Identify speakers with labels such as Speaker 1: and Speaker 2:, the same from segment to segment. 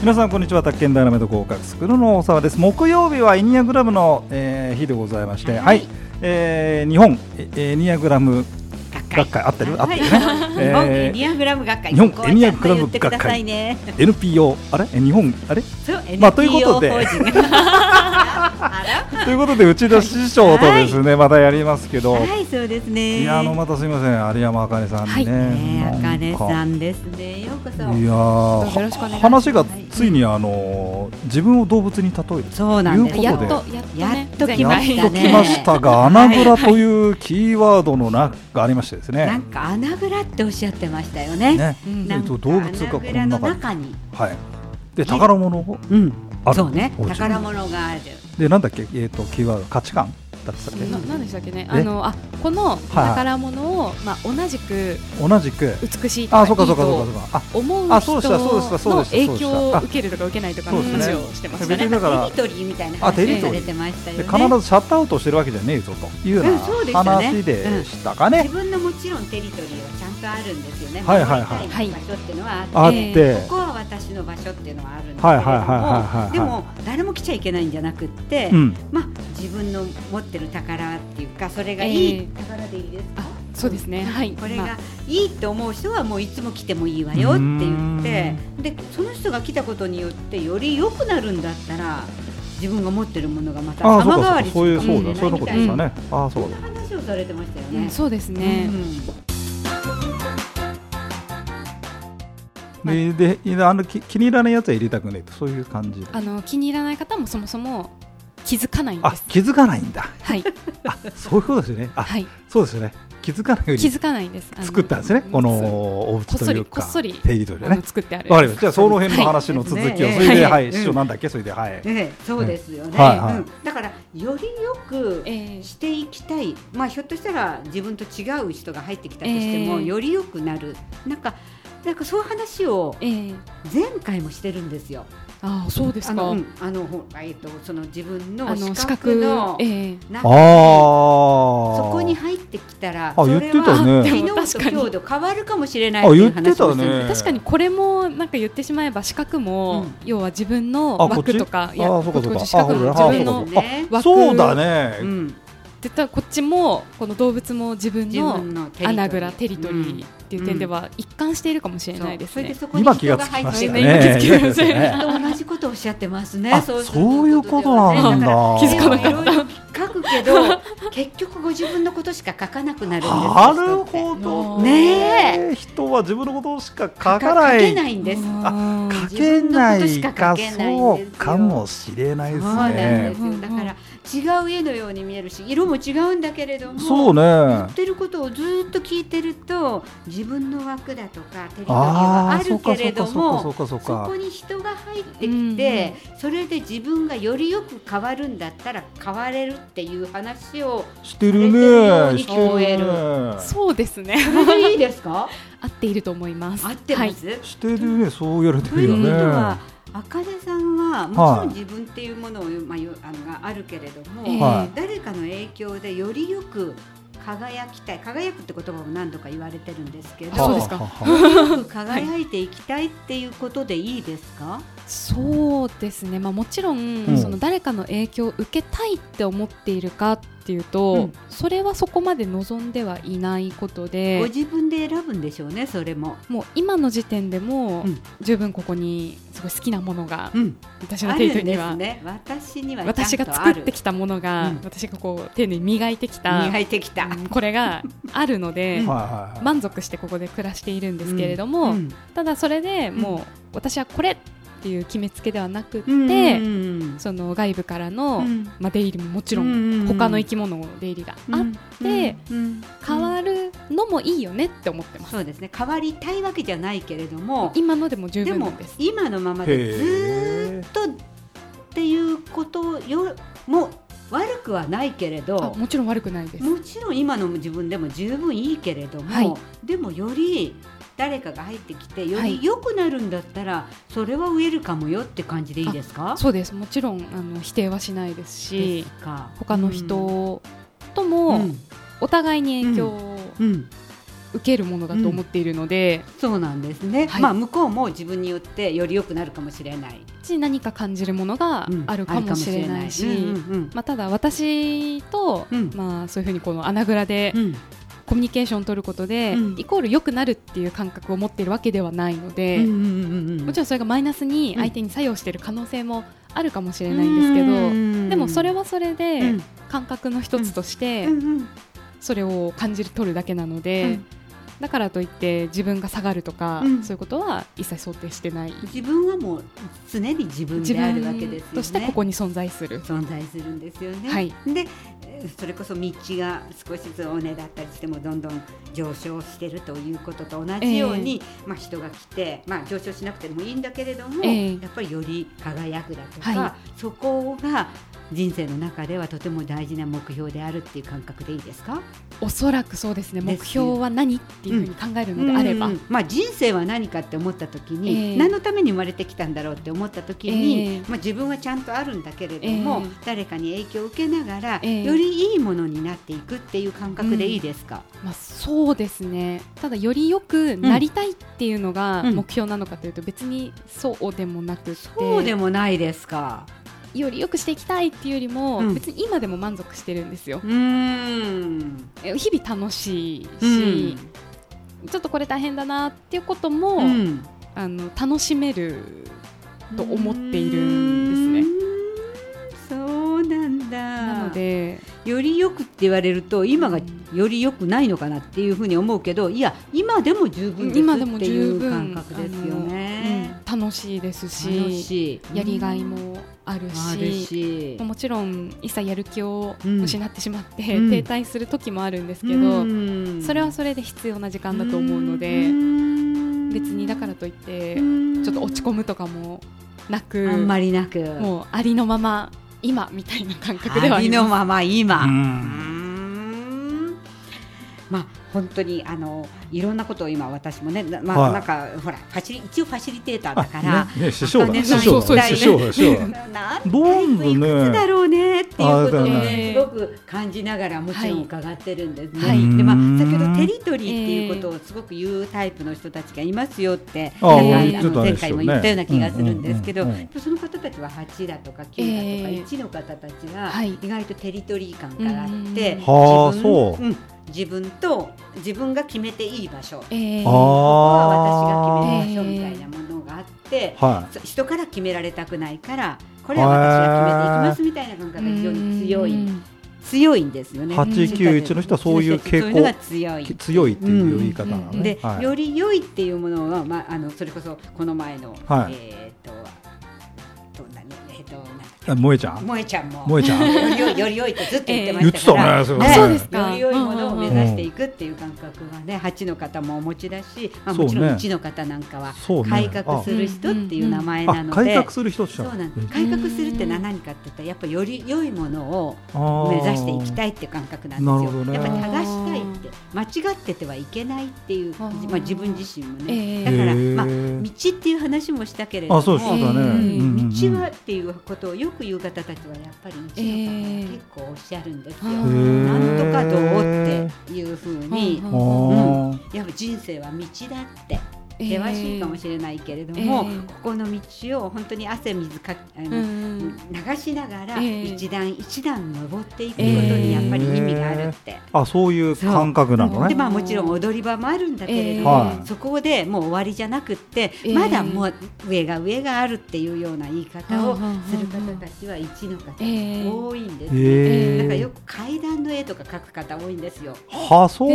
Speaker 1: 皆さんこんにちは宅建ダイナメント合格スクールの大沢です木曜日はエニアグラムの、えー日でございましてはい、
Speaker 2: はい
Speaker 1: えー日本えエニアグラム
Speaker 2: 学
Speaker 1: 学
Speaker 2: 会
Speaker 1: 会合ってる、
Speaker 2: はい
Speaker 1: 合ってるね、
Speaker 2: 日 本エ
Speaker 1: えー
Speaker 2: ニアグラム学会
Speaker 1: 日本
Speaker 2: ここはちゃんと言ってくださいね
Speaker 1: NPO あれえ日本 あれ
Speaker 2: そう
Speaker 1: まあということ で
Speaker 2: NPO 法人あ
Speaker 1: ということで内田師匠とですね、またやりますけど、
Speaker 2: ら
Speaker 1: い、
Speaker 2: はいそうですね
Speaker 1: やあのまたすみません有山あかねさんね、
Speaker 2: はいね
Speaker 1: な
Speaker 2: あ
Speaker 1: か
Speaker 2: かねさんですねようこ
Speaker 1: い
Speaker 2: そ
Speaker 1: や
Speaker 3: どうぞよろしくお願いし
Speaker 1: ー
Speaker 3: ます
Speaker 1: 話がついにあの自分を動物に例える
Speaker 2: そうなんです
Speaker 1: という
Speaker 3: や
Speaker 1: こ
Speaker 3: っ
Speaker 1: とで
Speaker 3: とやっと,、ね、
Speaker 2: やっと来
Speaker 1: や
Speaker 2: ま
Speaker 1: っ
Speaker 2: し
Speaker 1: と
Speaker 2: た
Speaker 1: 来
Speaker 2: ね
Speaker 1: ましたが、穴蔵というキーワードの中がありましてです
Speaker 2: なん
Speaker 1: ね。
Speaker 2: か穴蔵っておっしゃってましたよね
Speaker 1: ね、
Speaker 3: うん
Speaker 2: なん
Speaker 1: え
Speaker 2: か
Speaker 1: っと動物がこの中に
Speaker 2: 穴蔵の中に
Speaker 1: はい。で宝物を
Speaker 2: うん
Speaker 1: ある。
Speaker 2: そうね
Speaker 1: お家
Speaker 2: 宝物がある
Speaker 1: でなんだっけえっとキーワード価値観だったっけ。
Speaker 3: ななんでしたっけね、
Speaker 1: え
Speaker 3: あのあこの
Speaker 1: はい
Speaker 3: 宝物を、まあ、同じく
Speaker 1: 同じく。
Speaker 3: 美しいとかい
Speaker 1: あ
Speaker 3: い
Speaker 1: そうかそうかそうか
Speaker 3: と
Speaker 1: そうか。あ
Speaker 3: 思う
Speaker 1: あそうでしたそうでした
Speaker 3: 人
Speaker 1: そう
Speaker 3: の
Speaker 1: でした
Speaker 3: 影
Speaker 1: そ
Speaker 3: 響
Speaker 1: うでした
Speaker 3: を
Speaker 1: あ
Speaker 3: 受けるとか受けないとか
Speaker 1: そ
Speaker 3: の
Speaker 1: うです
Speaker 2: ね
Speaker 3: 話をしてました
Speaker 1: 別
Speaker 3: ね。
Speaker 1: にだから
Speaker 2: テリトリーみたいな
Speaker 1: あテリ
Speaker 2: 話
Speaker 1: ト
Speaker 2: さ
Speaker 1: リー
Speaker 2: れてましたよ
Speaker 1: で
Speaker 2: ね
Speaker 1: 必ずシャットアウトしてるわけじゃねえぞというよう
Speaker 2: うん
Speaker 1: な
Speaker 2: そうでしたね
Speaker 1: 話でしたか
Speaker 2: 自
Speaker 1: ね。
Speaker 2: 分のもちろんテリトリーはちゃんとあるんですよね。
Speaker 1: はいはいはい
Speaker 2: 守りたい場所っていうのは
Speaker 1: あ
Speaker 2: あ
Speaker 1: っ
Speaker 2: って、
Speaker 1: て
Speaker 2: ここは私の場所っていうのはあるんですけれども、
Speaker 1: はいはいはいはいはいはい
Speaker 2: でも誰も来ちゃいけないんじゃなくって、
Speaker 1: うん
Speaker 2: まあ自分の持ってる宝っていうかそれがい
Speaker 3: え
Speaker 2: い
Speaker 3: え
Speaker 2: 宝でいいですか
Speaker 3: あ。そうですねはい
Speaker 2: これ
Speaker 3: ま
Speaker 2: が
Speaker 3: あ
Speaker 2: いいと思う人はもういつも来てもいいわよって言ってでその人が来たことによってより良くなるんだったら自分が持ってるものがまた
Speaker 1: あ
Speaker 2: 様
Speaker 1: そうかそう
Speaker 2: 変わ
Speaker 1: か
Speaker 2: りす
Speaker 1: そうい
Speaker 2: る
Speaker 1: う
Speaker 2: か
Speaker 1: そう
Speaker 2: も
Speaker 1: だ
Speaker 2: し
Speaker 1: そうい
Speaker 2: れ
Speaker 1: うことでした
Speaker 2: ないみたいな
Speaker 1: ね。あそう
Speaker 2: そん
Speaker 1: だ
Speaker 2: な。話をされてましたよ
Speaker 3: う
Speaker 2: ね
Speaker 3: ん、。そうですね、
Speaker 2: うん
Speaker 1: ででいやあのき気に入らないやつは入れたくねえとそういう感じで。
Speaker 3: あの気に入らない方もそもそも気づかないんで
Speaker 1: あ
Speaker 3: す
Speaker 1: 気づかないんだ。
Speaker 3: はい
Speaker 1: そういうことですよね。あ
Speaker 3: はい
Speaker 1: そうですよね。気づかないよう
Speaker 3: 気
Speaker 1: に
Speaker 3: づかないんですあの
Speaker 1: 作ったんですね。こ
Speaker 3: そう
Speaker 1: のお家というか
Speaker 3: こっそりこっそり
Speaker 1: 定義という
Speaker 3: あ
Speaker 1: ね
Speaker 3: の。作ってある
Speaker 1: わかりました。じゃあその辺の
Speaker 3: はい
Speaker 1: 話の続きを、
Speaker 2: はい
Speaker 1: それで、
Speaker 3: ね
Speaker 1: はい、
Speaker 2: うん
Speaker 1: 師匠なんだっけ、それで、はい。
Speaker 2: ええ、そうですよね、
Speaker 1: はいはい
Speaker 2: うん、だからよりよく
Speaker 3: えー
Speaker 2: していきたい、まあ、ひょっとしたら自分と違う人が入ってきたとしても、
Speaker 3: ええ
Speaker 2: よりよくなるなんかなんかそういう話を
Speaker 3: えー、
Speaker 2: 前回もしてるんですよ。
Speaker 3: あーそうです
Speaker 2: あ
Speaker 3: か
Speaker 2: の、うんあの、ほえっと、その自分
Speaker 3: あ
Speaker 2: の
Speaker 3: の
Speaker 2: 資格
Speaker 3: 資格
Speaker 2: の
Speaker 3: えー
Speaker 2: 中に。
Speaker 1: ああ。
Speaker 2: そこに入ってきたら、
Speaker 1: あ
Speaker 2: それは
Speaker 1: 言ってたね
Speaker 2: 昨日
Speaker 3: 確
Speaker 2: と
Speaker 3: かに
Speaker 2: 強度変わるかもしれないっていう話をして
Speaker 1: あ言ってたねえ
Speaker 2: る
Speaker 1: ー
Speaker 3: 確かにこれもなんか言ってしまえば資格も、
Speaker 2: うん
Speaker 3: 要は自分の
Speaker 1: あこっち
Speaker 3: 枠とかいや
Speaker 1: あーそうかそうか
Speaker 3: こっち資格も
Speaker 2: あ
Speaker 3: 自
Speaker 2: そう
Speaker 3: 分
Speaker 2: だあ
Speaker 3: のって
Speaker 2: ね
Speaker 3: 枠
Speaker 1: そうだね。
Speaker 2: うん、
Speaker 3: 言ったらこっちもこの動物も自分
Speaker 2: 自
Speaker 3: の
Speaker 2: 分のテリトリー
Speaker 3: 穴蔵テリトリ
Speaker 2: うん
Speaker 3: ーっていう点では一貫しているかもしれないです
Speaker 2: そうそれで
Speaker 3: ね。
Speaker 2: そこに
Speaker 1: 今気
Speaker 2: 人
Speaker 1: が
Speaker 2: が
Speaker 1: つき
Speaker 2: 入
Speaker 1: ま
Speaker 2: っ
Speaker 1: してた
Speaker 2: る
Speaker 1: ね。
Speaker 3: 今気づきましたね
Speaker 1: ね
Speaker 2: と同じことをおっしゃってますね。
Speaker 1: あ、
Speaker 2: する
Speaker 1: そういうことなんだ。
Speaker 3: 気づかなかった
Speaker 2: いろいろ書くけど、結局ご自分のことしか書かなくなるんですよ。
Speaker 1: なる
Speaker 2: 人っ
Speaker 1: ほど。
Speaker 2: ね
Speaker 1: え。人は自分のことしか書
Speaker 2: て書
Speaker 1: かな
Speaker 2: け
Speaker 1: い。
Speaker 2: ないんです。
Speaker 3: あー
Speaker 1: 書けな
Speaker 2: 自
Speaker 1: い
Speaker 2: 分のことしか
Speaker 1: か
Speaker 2: 書けないん
Speaker 1: そ
Speaker 2: です
Speaker 1: う
Speaker 2: よ
Speaker 1: かもしれないで
Speaker 2: そう
Speaker 1: す
Speaker 2: なんで
Speaker 1: ね
Speaker 2: す。よ。だから違う絵のように見えるし、色も違うんだけれども。
Speaker 1: そう
Speaker 2: 言
Speaker 1: ね
Speaker 2: っ。てることをずっと聞いてると自分の枠だとかテリトリーはあ
Speaker 1: ーそ
Speaker 2: る
Speaker 1: うか
Speaker 2: け
Speaker 1: そ
Speaker 2: れ
Speaker 1: うか
Speaker 2: ど
Speaker 1: そうか
Speaker 2: も
Speaker 1: そうかそう
Speaker 2: そ
Speaker 1: か
Speaker 2: こ。に人が入ってきて、それで自分がよりよく変わるんだったら変われるっていう話を
Speaker 1: してる
Speaker 2: 触れてるよう
Speaker 1: ね。
Speaker 2: に
Speaker 1: して
Speaker 2: 聞こえる
Speaker 1: るね。
Speaker 3: そうですね。
Speaker 2: それでいいですか
Speaker 3: 合っていると思います。
Speaker 2: 合って
Speaker 3: は
Speaker 2: ま
Speaker 3: い
Speaker 2: す、
Speaker 1: してるね、そう言われて
Speaker 2: とい
Speaker 1: る
Speaker 2: う
Speaker 1: よ
Speaker 2: ことは
Speaker 1: ね。
Speaker 2: 茜さんはもちろん自分っていうものを、まあ、よあのがあるけれども、
Speaker 3: えー
Speaker 1: はい
Speaker 2: 誰かの影響でよりよく輝きたい輝くって言葉も何度か言われてるんですけど
Speaker 3: あそうですか
Speaker 1: はあはあはあ
Speaker 2: よく輝いていきたいっていうことでいいですか、
Speaker 3: そうですね。まあもちろん、
Speaker 1: うん
Speaker 3: その誰かの影響を受けたいって思っているかっていうと、
Speaker 2: うん
Speaker 3: それはそこまで望んではいないことで。
Speaker 2: ご自分で選ぶんでしょうねそれも。
Speaker 3: もう今の時点でも
Speaker 2: うん
Speaker 3: 十分ここにすごい好きなものが
Speaker 2: うん、
Speaker 3: 私の
Speaker 2: あ
Speaker 3: テ
Speaker 2: るん
Speaker 3: リトリー
Speaker 2: で
Speaker 3: には
Speaker 2: すね。私にはちゃんとある
Speaker 3: 私が作ってきたものが
Speaker 2: うん
Speaker 3: 私がこう丁寧に磨いてきた
Speaker 2: 磨いてきた。
Speaker 3: うんこれがあるので
Speaker 2: うん
Speaker 1: はいはいはい
Speaker 3: 満足してここで暮らしているんですけれども、
Speaker 2: うん
Speaker 3: ただそれでもう私はこれっていう決めつけではなくって、
Speaker 2: うん
Speaker 3: その外部からの、
Speaker 2: うん
Speaker 3: まあ、出入りももちろ
Speaker 2: うん
Speaker 3: ん
Speaker 2: うんうん
Speaker 3: 他の生き物の出入りがあって
Speaker 2: うんうん
Speaker 3: 変わるのもいいよねって思ってます。
Speaker 2: そうですね変わりたいわけじゃないけれども
Speaker 3: 今のでも十
Speaker 2: で
Speaker 3: 分な
Speaker 2: も
Speaker 3: んです。
Speaker 2: 今のままでずーっとっていうことよも悪くはないけれ
Speaker 3: あ
Speaker 2: ど
Speaker 3: もちろん悪くないです。
Speaker 2: もちろん今の自分でも十分いいけれども、
Speaker 3: はい
Speaker 2: でもより誰かが入ってきてよ
Speaker 3: はい
Speaker 2: り良くなるんだったら、それはウェルカムよって感じでいいですか
Speaker 3: そうですもちろんあの否定はしないです
Speaker 2: で
Speaker 3: し
Speaker 2: すか
Speaker 3: 他の
Speaker 2: うん
Speaker 3: 人と
Speaker 2: う
Speaker 3: も
Speaker 2: ん
Speaker 3: お互いに影響を
Speaker 2: うん
Speaker 3: 受けるものだと思っているので、
Speaker 2: そうなんですね、
Speaker 3: はい
Speaker 2: まあ向こうも自分によってより良くなるかもしれない、
Speaker 3: し何か感じるものが
Speaker 2: うん
Speaker 3: あるかもしれないし、
Speaker 2: うんうん
Speaker 3: まあ、ただ私と、
Speaker 2: うん
Speaker 3: まあ、そういうふうにこの穴蔵で
Speaker 2: うんうん
Speaker 3: コミュニケーションを取ることで、
Speaker 2: うん
Speaker 3: イコール良くなるっていう感覚を持っているわけではないので、
Speaker 2: うんうんうんうん
Speaker 3: もちろんそれがマイナスに相手に作用している可能性もあるかもしれないんですけど、
Speaker 2: うん
Speaker 3: でもそれはそれ
Speaker 2: う
Speaker 3: で
Speaker 2: ん
Speaker 3: 感覚の一つとして
Speaker 2: うんうん
Speaker 3: それを感じ取るだけなの
Speaker 2: う
Speaker 3: で
Speaker 2: ん、
Speaker 3: だからといって自分が下がるとか、
Speaker 2: うん
Speaker 3: そういうことは一切想定してない
Speaker 2: 自分はもう常に自分
Speaker 3: 自
Speaker 2: であ
Speaker 3: 分
Speaker 2: るわけですよね
Speaker 3: としてここに存在する。
Speaker 2: 存在するんですよね、
Speaker 3: はい
Speaker 2: でえーそれこそ道が少しずつ尾根だったりしてもどんどん上昇してるということと同じように、まあ、人が来て、まあ、上昇しなくてもいいんだけれども、
Speaker 3: ええ
Speaker 2: やっぱりより輝くだとか、
Speaker 3: は
Speaker 2: そこが人生の中ではとても大事な目標であるっていう感覚でいいですか
Speaker 3: おそらくそうですね
Speaker 2: ですよ
Speaker 3: 目標は何っていうふうに考えるのであれば、
Speaker 2: うんまあ、人生は何かって思った時に、
Speaker 3: ええ
Speaker 2: 何のために生まれてきたんだろうって思った時に、
Speaker 3: ええ
Speaker 2: まあ、自分はちゃんとあるんだけれども、
Speaker 3: ええ
Speaker 2: 誰かに影響を受けながら、
Speaker 3: ええ
Speaker 2: よりいいものになっていくっていう感覚でいいですか、
Speaker 3: まあ、そうですねただより良くなりたいっていうのが
Speaker 2: うん
Speaker 3: 目標なのかというと別にそうでもなくて、
Speaker 2: そうでもないですか
Speaker 3: より良くしていきたいっていうよりも、
Speaker 2: うん
Speaker 3: 別に今でも満足してるんですよ
Speaker 2: うーん
Speaker 3: え日々楽しい
Speaker 2: うん
Speaker 3: し、ちょっとこれ大変だなっていうことも、
Speaker 2: うん
Speaker 3: あの楽しめると思っているんですね。
Speaker 2: うーんそうなんだ
Speaker 3: なので
Speaker 2: よりよくって言われると今がよりよくないのかなっていうふうに思うけどいや今でも十分です
Speaker 3: 今で
Speaker 2: っ
Speaker 3: も
Speaker 2: てい
Speaker 3: 十
Speaker 2: う
Speaker 3: 分
Speaker 2: 感覚ですよね。
Speaker 3: あのうん楽しいですし
Speaker 2: 楽しい
Speaker 3: やりがいもある
Speaker 2: ある
Speaker 3: し。
Speaker 2: し
Speaker 3: もちろん一切やる気を
Speaker 2: うん
Speaker 3: 失ってしまって、
Speaker 2: うん
Speaker 3: 停滞する時もあるんですけど、
Speaker 2: うん
Speaker 3: それはそれで必要な時間だと思うので、
Speaker 2: ん
Speaker 3: 別にだからといって、
Speaker 2: うん
Speaker 3: ちょっと落ち込むとかもなく
Speaker 2: あんまりなく
Speaker 3: もうありのまま今みたいな感覚ではあ
Speaker 2: あり
Speaker 3: り
Speaker 2: の
Speaker 3: ま
Speaker 2: まま今。
Speaker 1: う
Speaker 2: うんーんまあ、本当にあのいろんなことを今私もね、なまあ
Speaker 1: はい
Speaker 2: なんかほらファシリ一応ファシリテーター
Speaker 1: あ
Speaker 2: だから、
Speaker 1: ねね師匠だ
Speaker 2: ね
Speaker 1: 師匠
Speaker 3: そうそう
Speaker 1: だ
Speaker 3: そう
Speaker 1: 師匠だ師匠だ
Speaker 2: なん
Speaker 1: どんどん
Speaker 2: いつだ
Speaker 1: ね
Speaker 2: ろうねっていうことを
Speaker 1: あだ
Speaker 2: ね
Speaker 3: ね
Speaker 2: すごく感じながらもちろん伺ってるんですね。
Speaker 3: はい
Speaker 2: でま
Speaker 1: うーん
Speaker 2: あ、先ほどテリトリーっていうことをすごく言うタイプの人たちがいますよって、
Speaker 1: ああ
Speaker 2: なんか
Speaker 1: 言ってた
Speaker 2: の
Speaker 1: ね
Speaker 2: 前回も言ったような気がするんですけど、
Speaker 1: うんうんうん
Speaker 2: その方たちは8だとか9だ
Speaker 3: え
Speaker 2: と
Speaker 3: え
Speaker 2: か1の方たちが
Speaker 3: はい
Speaker 2: 意外とテリトリー感があって
Speaker 3: うん
Speaker 1: はあ
Speaker 2: 自分
Speaker 1: そうん
Speaker 2: 自分と自分が決めていい場所。
Speaker 3: え
Speaker 1: あー
Speaker 2: ここ
Speaker 3: ー、
Speaker 2: は私が決める場所みたいなものがあって、
Speaker 1: は
Speaker 2: そ人から決められたくないからこれは私が決めていきますみたいな感覚が非常に強い強いんですよ
Speaker 1: い
Speaker 2: ね。
Speaker 1: 八九一の人はそういう
Speaker 2: そう
Speaker 1: 傾
Speaker 2: いうの
Speaker 1: 向
Speaker 2: が強い
Speaker 1: 強いっていう言い方なの
Speaker 3: うん
Speaker 1: ね
Speaker 2: で、
Speaker 1: はい
Speaker 2: より良いっていうものは、まあ、あのそれこそこの前の、
Speaker 1: はい
Speaker 2: えーっとどんなねえーっとなんだっ
Speaker 1: あ萌えちゃ
Speaker 2: け
Speaker 1: ん
Speaker 2: 萌えちゃんも
Speaker 1: 萌えちゃん
Speaker 2: より良いより良いってずっと言ってましたから、
Speaker 1: ええ言ってたねそれ
Speaker 3: あそうですか
Speaker 2: より良いものを目指していくっていう感覚はね、8の方もお持ちだし、まあ、
Speaker 1: そうね
Speaker 2: もちろん1の方なんかは
Speaker 1: そうね
Speaker 2: 改革する人っていう名前な
Speaker 1: あ
Speaker 2: の
Speaker 1: 改
Speaker 2: で、
Speaker 1: 革する人じ
Speaker 2: そ
Speaker 1: ゃ
Speaker 2: うんなんです改革するってのは何かって言ったらやっぱより良いものを目指していきたいっていう感覚なん
Speaker 1: なる
Speaker 2: で
Speaker 1: ほど
Speaker 2: すよ、
Speaker 1: ね
Speaker 2: やっぱり正したいって間違っててはいけないっていう
Speaker 3: あー
Speaker 2: まあ、自分自身も
Speaker 3: え
Speaker 2: ね、
Speaker 3: ー
Speaker 2: だから、まあ、道
Speaker 1: あ
Speaker 2: っていう話もしたけれども
Speaker 1: あそうそうだね、
Speaker 3: えー
Speaker 1: うんうんうん
Speaker 2: 道はっていうことをよく言う方たちはやっぱり道の方が結構おっしゃるんですよ。
Speaker 3: えー
Speaker 2: なんとかどうっていうふうに、
Speaker 3: うん
Speaker 1: あ
Speaker 2: ん
Speaker 1: ー
Speaker 2: やっぱ人生は道だって険しいかもしれないけれど
Speaker 3: え
Speaker 2: も、
Speaker 3: ー
Speaker 2: ここの道を本当に汗水かあ
Speaker 3: れ
Speaker 2: の、
Speaker 3: うん
Speaker 2: 流しながら
Speaker 3: えー
Speaker 2: 一段一段登っていくことにやっぱり意味があるって。
Speaker 1: あそういう感覚なの
Speaker 2: で
Speaker 1: ね
Speaker 2: まあもちろん踊り場もあるんだけれど
Speaker 1: え
Speaker 2: も、
Speaker 1: ーはい
Speaker 2: そこでもう終わりじゃなくって、
Speaker 3: えー
Speaker 2: まだもう上が上があるっていうような言い方を
Speaker 3: はあはあはあ
Speaker 2: する方たちは一の方
Speaker 3: えー
Speaker 2: 多いんです、ね
Speaker 1: え
Speaker 3: ー
Speaker 2: だからよく階段の絵とか描く方多いんですよ。
Speaker 1: はそう、
Speaker 2: 一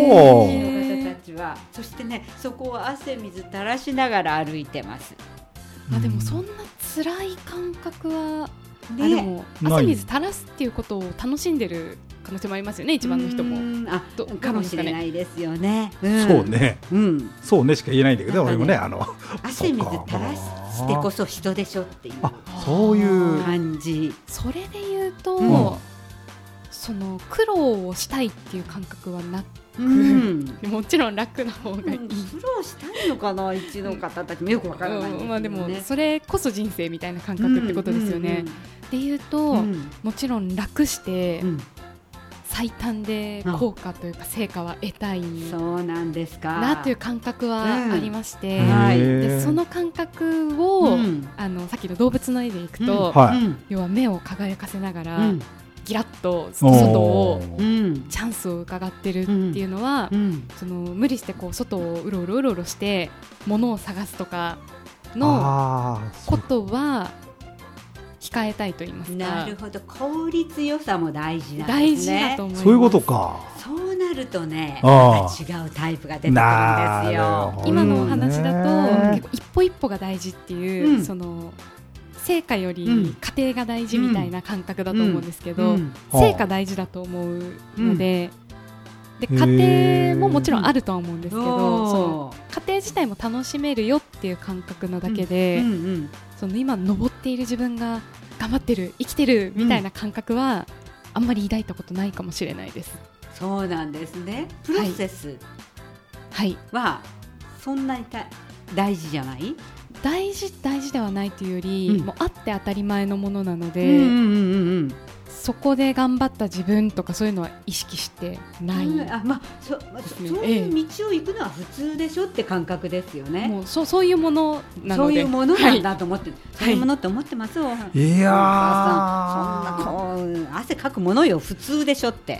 Speaker 3: えー
Speaker 2: の方たちは、そしてねそこを汗水垂らしながら歩いてます。
Speaker 3: あでもそんな辛い感覚は、あで
Speaker 2: ね、
Speaker 3: も
Speaker 1: ない
Speaker 3: 汗水垂らすっていうことを楽しんでる可能性もありますよね一番の人
Speaker 2: う
Speaker 3: も。
Speaker 2: ーんあ
Speaker 3: ど
Speaker 2: かもしれないですよね。ん
Speaker 1: そう。ね
Speaker 2: うん、
Speaker 1: そうねしか言えないんだけど、
Speaker 2: な
Speaker 1: 俺
Speaker 2: んかね
Speaker 1: もねあの
Speaker 2: 汗水垂らしてこそ人でしょっていう
Speaker 1: あそういう
Speaker 2: 感じ。
Speaker 3: それで言うと、
Speaker 1: うん
Speaker 3: その苦労をしたいっていう感覚はな
Speaker 2: うん。
Speaker 3: もちろん楽な方がいい。
Speaker 2: 苦労したいのかな、一の方たちもよくわからないすけど
Speaker 3: う
Speaker 2: ね。
Speaker 3: んまあでもそれこそ人生みたいな感覚ってことですよね。っていうと、
Speaker 2: うん。うん
Speaker 3: もちろん楽して
Speaker 2: うん
Speaker 3: 最短で効果というか成果は得たい
Speaker 2: そうなんですか
Speaker 3: なという感覚はありまして、
Speaker 2: うんはい
Speaker 3: でその感覚
Speaker 2: う
Speaker 3: を、
Speaker 2: ん
Speaker 3: あのさっきの動物の絵でいくと、
Speaker 2: うん
Speaker 1: はい
Speaker 2: うん
Speaker 3: 要は目を輝かせながら、
Speaker 2: うん
Speaker 3: ギラッと外を
Speaker 1: お
Speaker 2: う
Speaker 1: ー
Speaker 2: ん
Speaker 3: チャンスを伺ってるっていうのは、
Speaker 2: うん
Speaker 3: その無理してこう外をうろうろうろうろして物を探すとかの
Speaker 1: あーそう
Speaker 3: ことは控えたいと言いますか
Speaker 2: なるほど効率よさも大事なん
Speaker 3: 大
Speaker 2: です
Speaker 3: 事
Speaker 2: ね
Speaker 3: だと思います。
Speaker 1: そういうことか。
Speaker 2: そうなるとね
Speaker 1: あ
Speaker 2: ま
Speaker 1: ー
Speaker 2: た違うタイプが出てくるんです
Speaker 1: なるほ
Speaker 2: よ
Speaker 1: ど
Speaker 3: 今のお話だと、
Speaker 1: ね
Speaker 3: 結構一歩一歩が大事っていう、
Speaker 2: うん
Speaker 3: その成果よ
Speaker 2: う
Speaker 3: り
Speaker 2: ん
Speaker 3: 過程が大事みたいな感覚だと思うんですけど、
Speaker 2: うん
Speaker 3: 成果大事だと思うので,、
Speaker 1: へー
Speaker 3: で過程ももちろんあるとは思うんですけど、その
Speaker 2: おー
Speaker 3: 過程自体も楽しめるよっていう感覚なだけで、
Speaker 2: うんうん
Speaker 3: その今登っている自分が頑張ってる生きてるみたいな感覚は、あんまり抱いたことないかもしれないです。
Speaker 2: そうなんですねプロセス
Speaker 3: はい
Speaker 2: はそんなにた大事じゃない、
Speaker 3: 大事大事ではないというより、
Speaker 2: うん
Speaker 3: もうあって当たり前のものなの
Speaker 2: うんう
Speaker 3: で、
Speaker 2: んうんうん
Speaker 3: そこで頑張った自分とかそういうのは意識してない、
Speaker 2: うんあまあそまあそ
Speaker 3: ですね
Speaker 2: そういう道を行くのは普通でしょって感覚ですよね。
Speaker 3: もうそうそういうものな
Speaker 2: そ
Speaker 3: の
Speaker 2: うい
Speaker 3: で
Speaker 2: うものなん
Speaker 3: は
Speaker 2: だと思って、そういうものって思ってますよ。い
Speaker 1: いや
Speaker 2: さん
Speaker 1: ー
Speaker 2: そんなこう汗かくものよ普通でしょって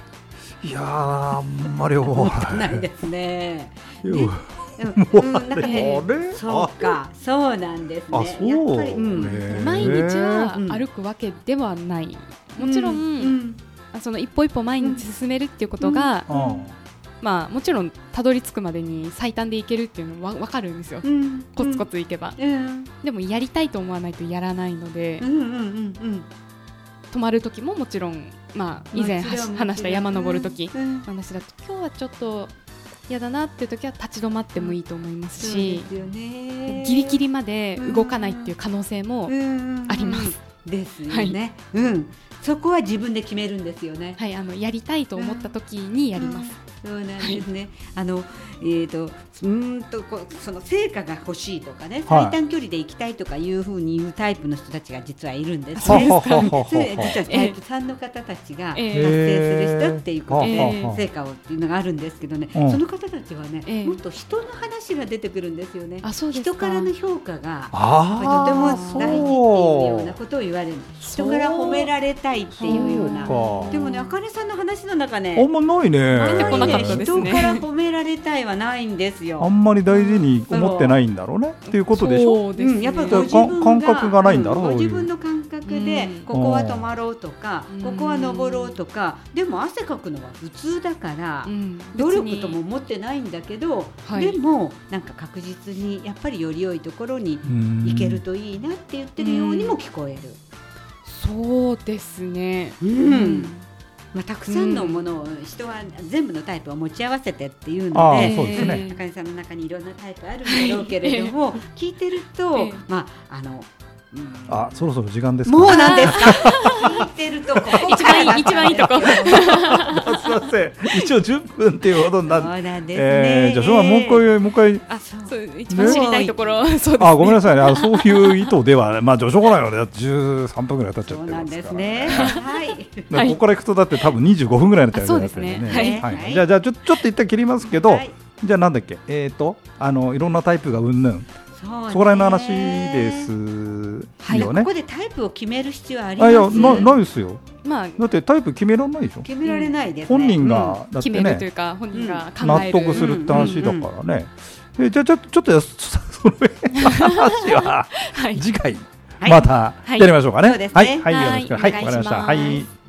Speaker 1: いやーあんまり思
Speaker 2: 思
Speaker 1: わ
Speaker 2: って
Speaker 1: な
Speaker 2: ないいです ね。
Speaker 1: い
Speaker 2: ね
Speaker 1: や
Speaker 2: うんうんなんか
Speaker 1: あれ
Speaker 2: ね
Speaker 1: あれ
Speaker 2: そうかそうなんですね。
Speaker 1: あそう
Speaker 2: やっぱりうん
Speaker 1: へー
Speaker 3: い、毎日は
Speaker 2: うん
Speaker 3: 歩くわけではない、もちろん、
Speaker 2: うん
Speaker 3: あその一歩一歩毎日進めるっていうことが、
Speaker 1: うん
Speaker 3: まあ、もちろんたどり着くまでに最短でいけるっていうのは分かるんですよ、
Speaker 2: うん
Speaker 3: コツコツいけば、
Speaker 2: うん
Speaker 3: でもやりたいと思わないとやらないので、
Speaker 2: うんうんうんうん
Speaker 3: 止まる時ももちろん、まあ、以前はし話した山登る時、
Speaker 2: うんうん
Speaker 3: 話だと今日はちょっと嫌だなっていう時は立ち止まってもいいと思います
Speaker 2: そう
Speaker 3: し
Speaker 2: で、すよね
Speaker 3: ギリギリまで動かないっていう可能性もあります、
Speaker 2: ですよね、うん、そこは自分で決めるんですよね。
Speaker 3: はい、あのやりたいと思った時にやります、
Speaker 2: うん。そうなんですね。あの、えっ、と、うーんと、こう、その成果が欲しいとかね、
Speaker 1: はい
Speaker 2: 最短距離で行きたいとかいうふうに言うタイプの人たちが実はいるんです、
Speaker 1: は
Speaker 2: ね。
Speaker 1: はははは
Speaker 2: それ実はタイプ3の方たちが達成
Speaker 3: ええ
Speaker 2: する人っていうことで、
Speaker 3: ええははは
Speaker 2: 成果をっていうのがあるんですけどね、
Speaker 1: うん
Speaker 2: その方たちはね、
Speaker 3: ええ
Speaker 2: もっと人の話が出てくるんですよね。
Speaker 3: あそうですか
Speaker 2: 人からの評価がやっぱりとても大事っていう
Speaker 1: あ
Speaker 2: ようなことを言われる人から褒められたいっていうような
Speaker 1: そうか
Speaker 2: でもねあかねさんの話の中
Speaker 1: ーあ
Speaker 2: ね
Speaker 1: んまないね
Speaker 3: 出てこなかったですね
Speaker 2: 人から褒められたいはないんです
Speaker 1: あ
Speaker 2: よ。
Speaker 1: んまり大事に思ってないんだろうねっていうことでしょ
Speaker 3: そう
Speaker 2: う
Speaker 3: ですね、
Speaker 2: ん、やっぱり
Speaker 1: だ
Speaker 2: ご
Speaker 1: か
Speaker 2: 自分が
Speaker 1: 感覚がないんだろ
Speaker 2: うご自分
Speaker 1: そ
Speaker 2: の感覚で
Speaker 3: うん
Speaker 2: ここは止まろうとか
Speaker 3: うん
Speaker 2: ここは登ろうとかでも汗かくのは普通だから
Speaker 3: うん
Speaker 2: 努力とも思ってないんだけど
Speaker 3: はい
Speaker 2: でもなんか確実にやっぱりより良いところに
Speaker 1: うん
Speaker 2: 行けるといいなって言ってるようにも聞こえる。
Speaker 3: そうですね、
Speaker 2: うんまあ、たくさんのものを、人は全部のタイプは持ち合わせてっていうの
Speaker 1: ああ
Speaker 2: で。
Speaker 1: そうですね
Speaker 2: あかねさんの中にいろんなタイプあるんだろうけれども、 聞いてると、
Speaker 3: ええ
Speaker 2: まあ、あの。うん
Speaker 1: あそろそろ時間ですか
Speaker 2: もうなんですか。 聞いてると、ここ
Speaker 3: 一番いい一番いいとこ
Speaker 1: あ すいません一応10分っていうことに
Speaker 2: そ
Speaker 1: な
Speaker 2: う
Speaker 1: って、
Speaker 2: なんですね。
Speaker 1: えー、じゃあそれはもう一回、もう一回
Speaker 3: あそう
Speaker 2: そう
Speaker 3: 一番知りたいところそうですね
Speaker 1: あごめんなさいねあのそういう意図ではまあ序章ないのでだって13分ぐらい経っちゃ
Speaker 2: そ
Speaker 1: っ
Speaker 2: う
Speaker 1: て
Speaker 2: な
Speaker 1: ま
Speaker 2: ん
Speaker 1: す
Speaker 2: で
Speaker 1: か
Speaker 2: す
Speaker 1: ら
Speaker 2: ね。 はい。
Speaker 1: だからここから行くとだって多分25分ぐらいのタイムになってるん
Speaker 3: あそうです
Speaker 2: ね
Speaker 1: はい
Speaker 2: はい
Speaker 1: じゃあじゃあちょちょっと一旦切りますけど、
Speaker 2: はい
Speaker 1: じゃあなんだっけえっ、とあのいろんなタイプがうんぬん
Speaker 2: そうね
Speaker 1: そこら辺の話ですよね
Speaker 2: ここ。でタイプを決める必要はありま
Speaker 1: あい
Speaker 2: す。
Speaker 1: やなないですよ
Speaker 3: まあ
Speaker 1: だってタイプ決められないでしょ
Speaker 2: 決められないですね。
Speaker 1: 本人が、だって
Speaker 3: 決めるとい
Speaker 1: ね
Speaker 3: うか、本人が考え
Speaker 1: 納
Speaker 3: る
Speaker 1: 得するって話だからね、えじゃあちょちょっとや そその話は
Speaker 3: はい
Speaker 1: 次回
Speaker 2: はい
Speaker 1: また
Speaker 3: は
Speaker 1: や
Speaker 3: い
Speaker 1: りましょうかね。
Speaker 2: そうですね
Speaker 1: はい、はい、よろしく。は
Speaker 3: はい
Speaker 1: い、わかりました。
Speaker 3: お願いします
Speaker 1: はい。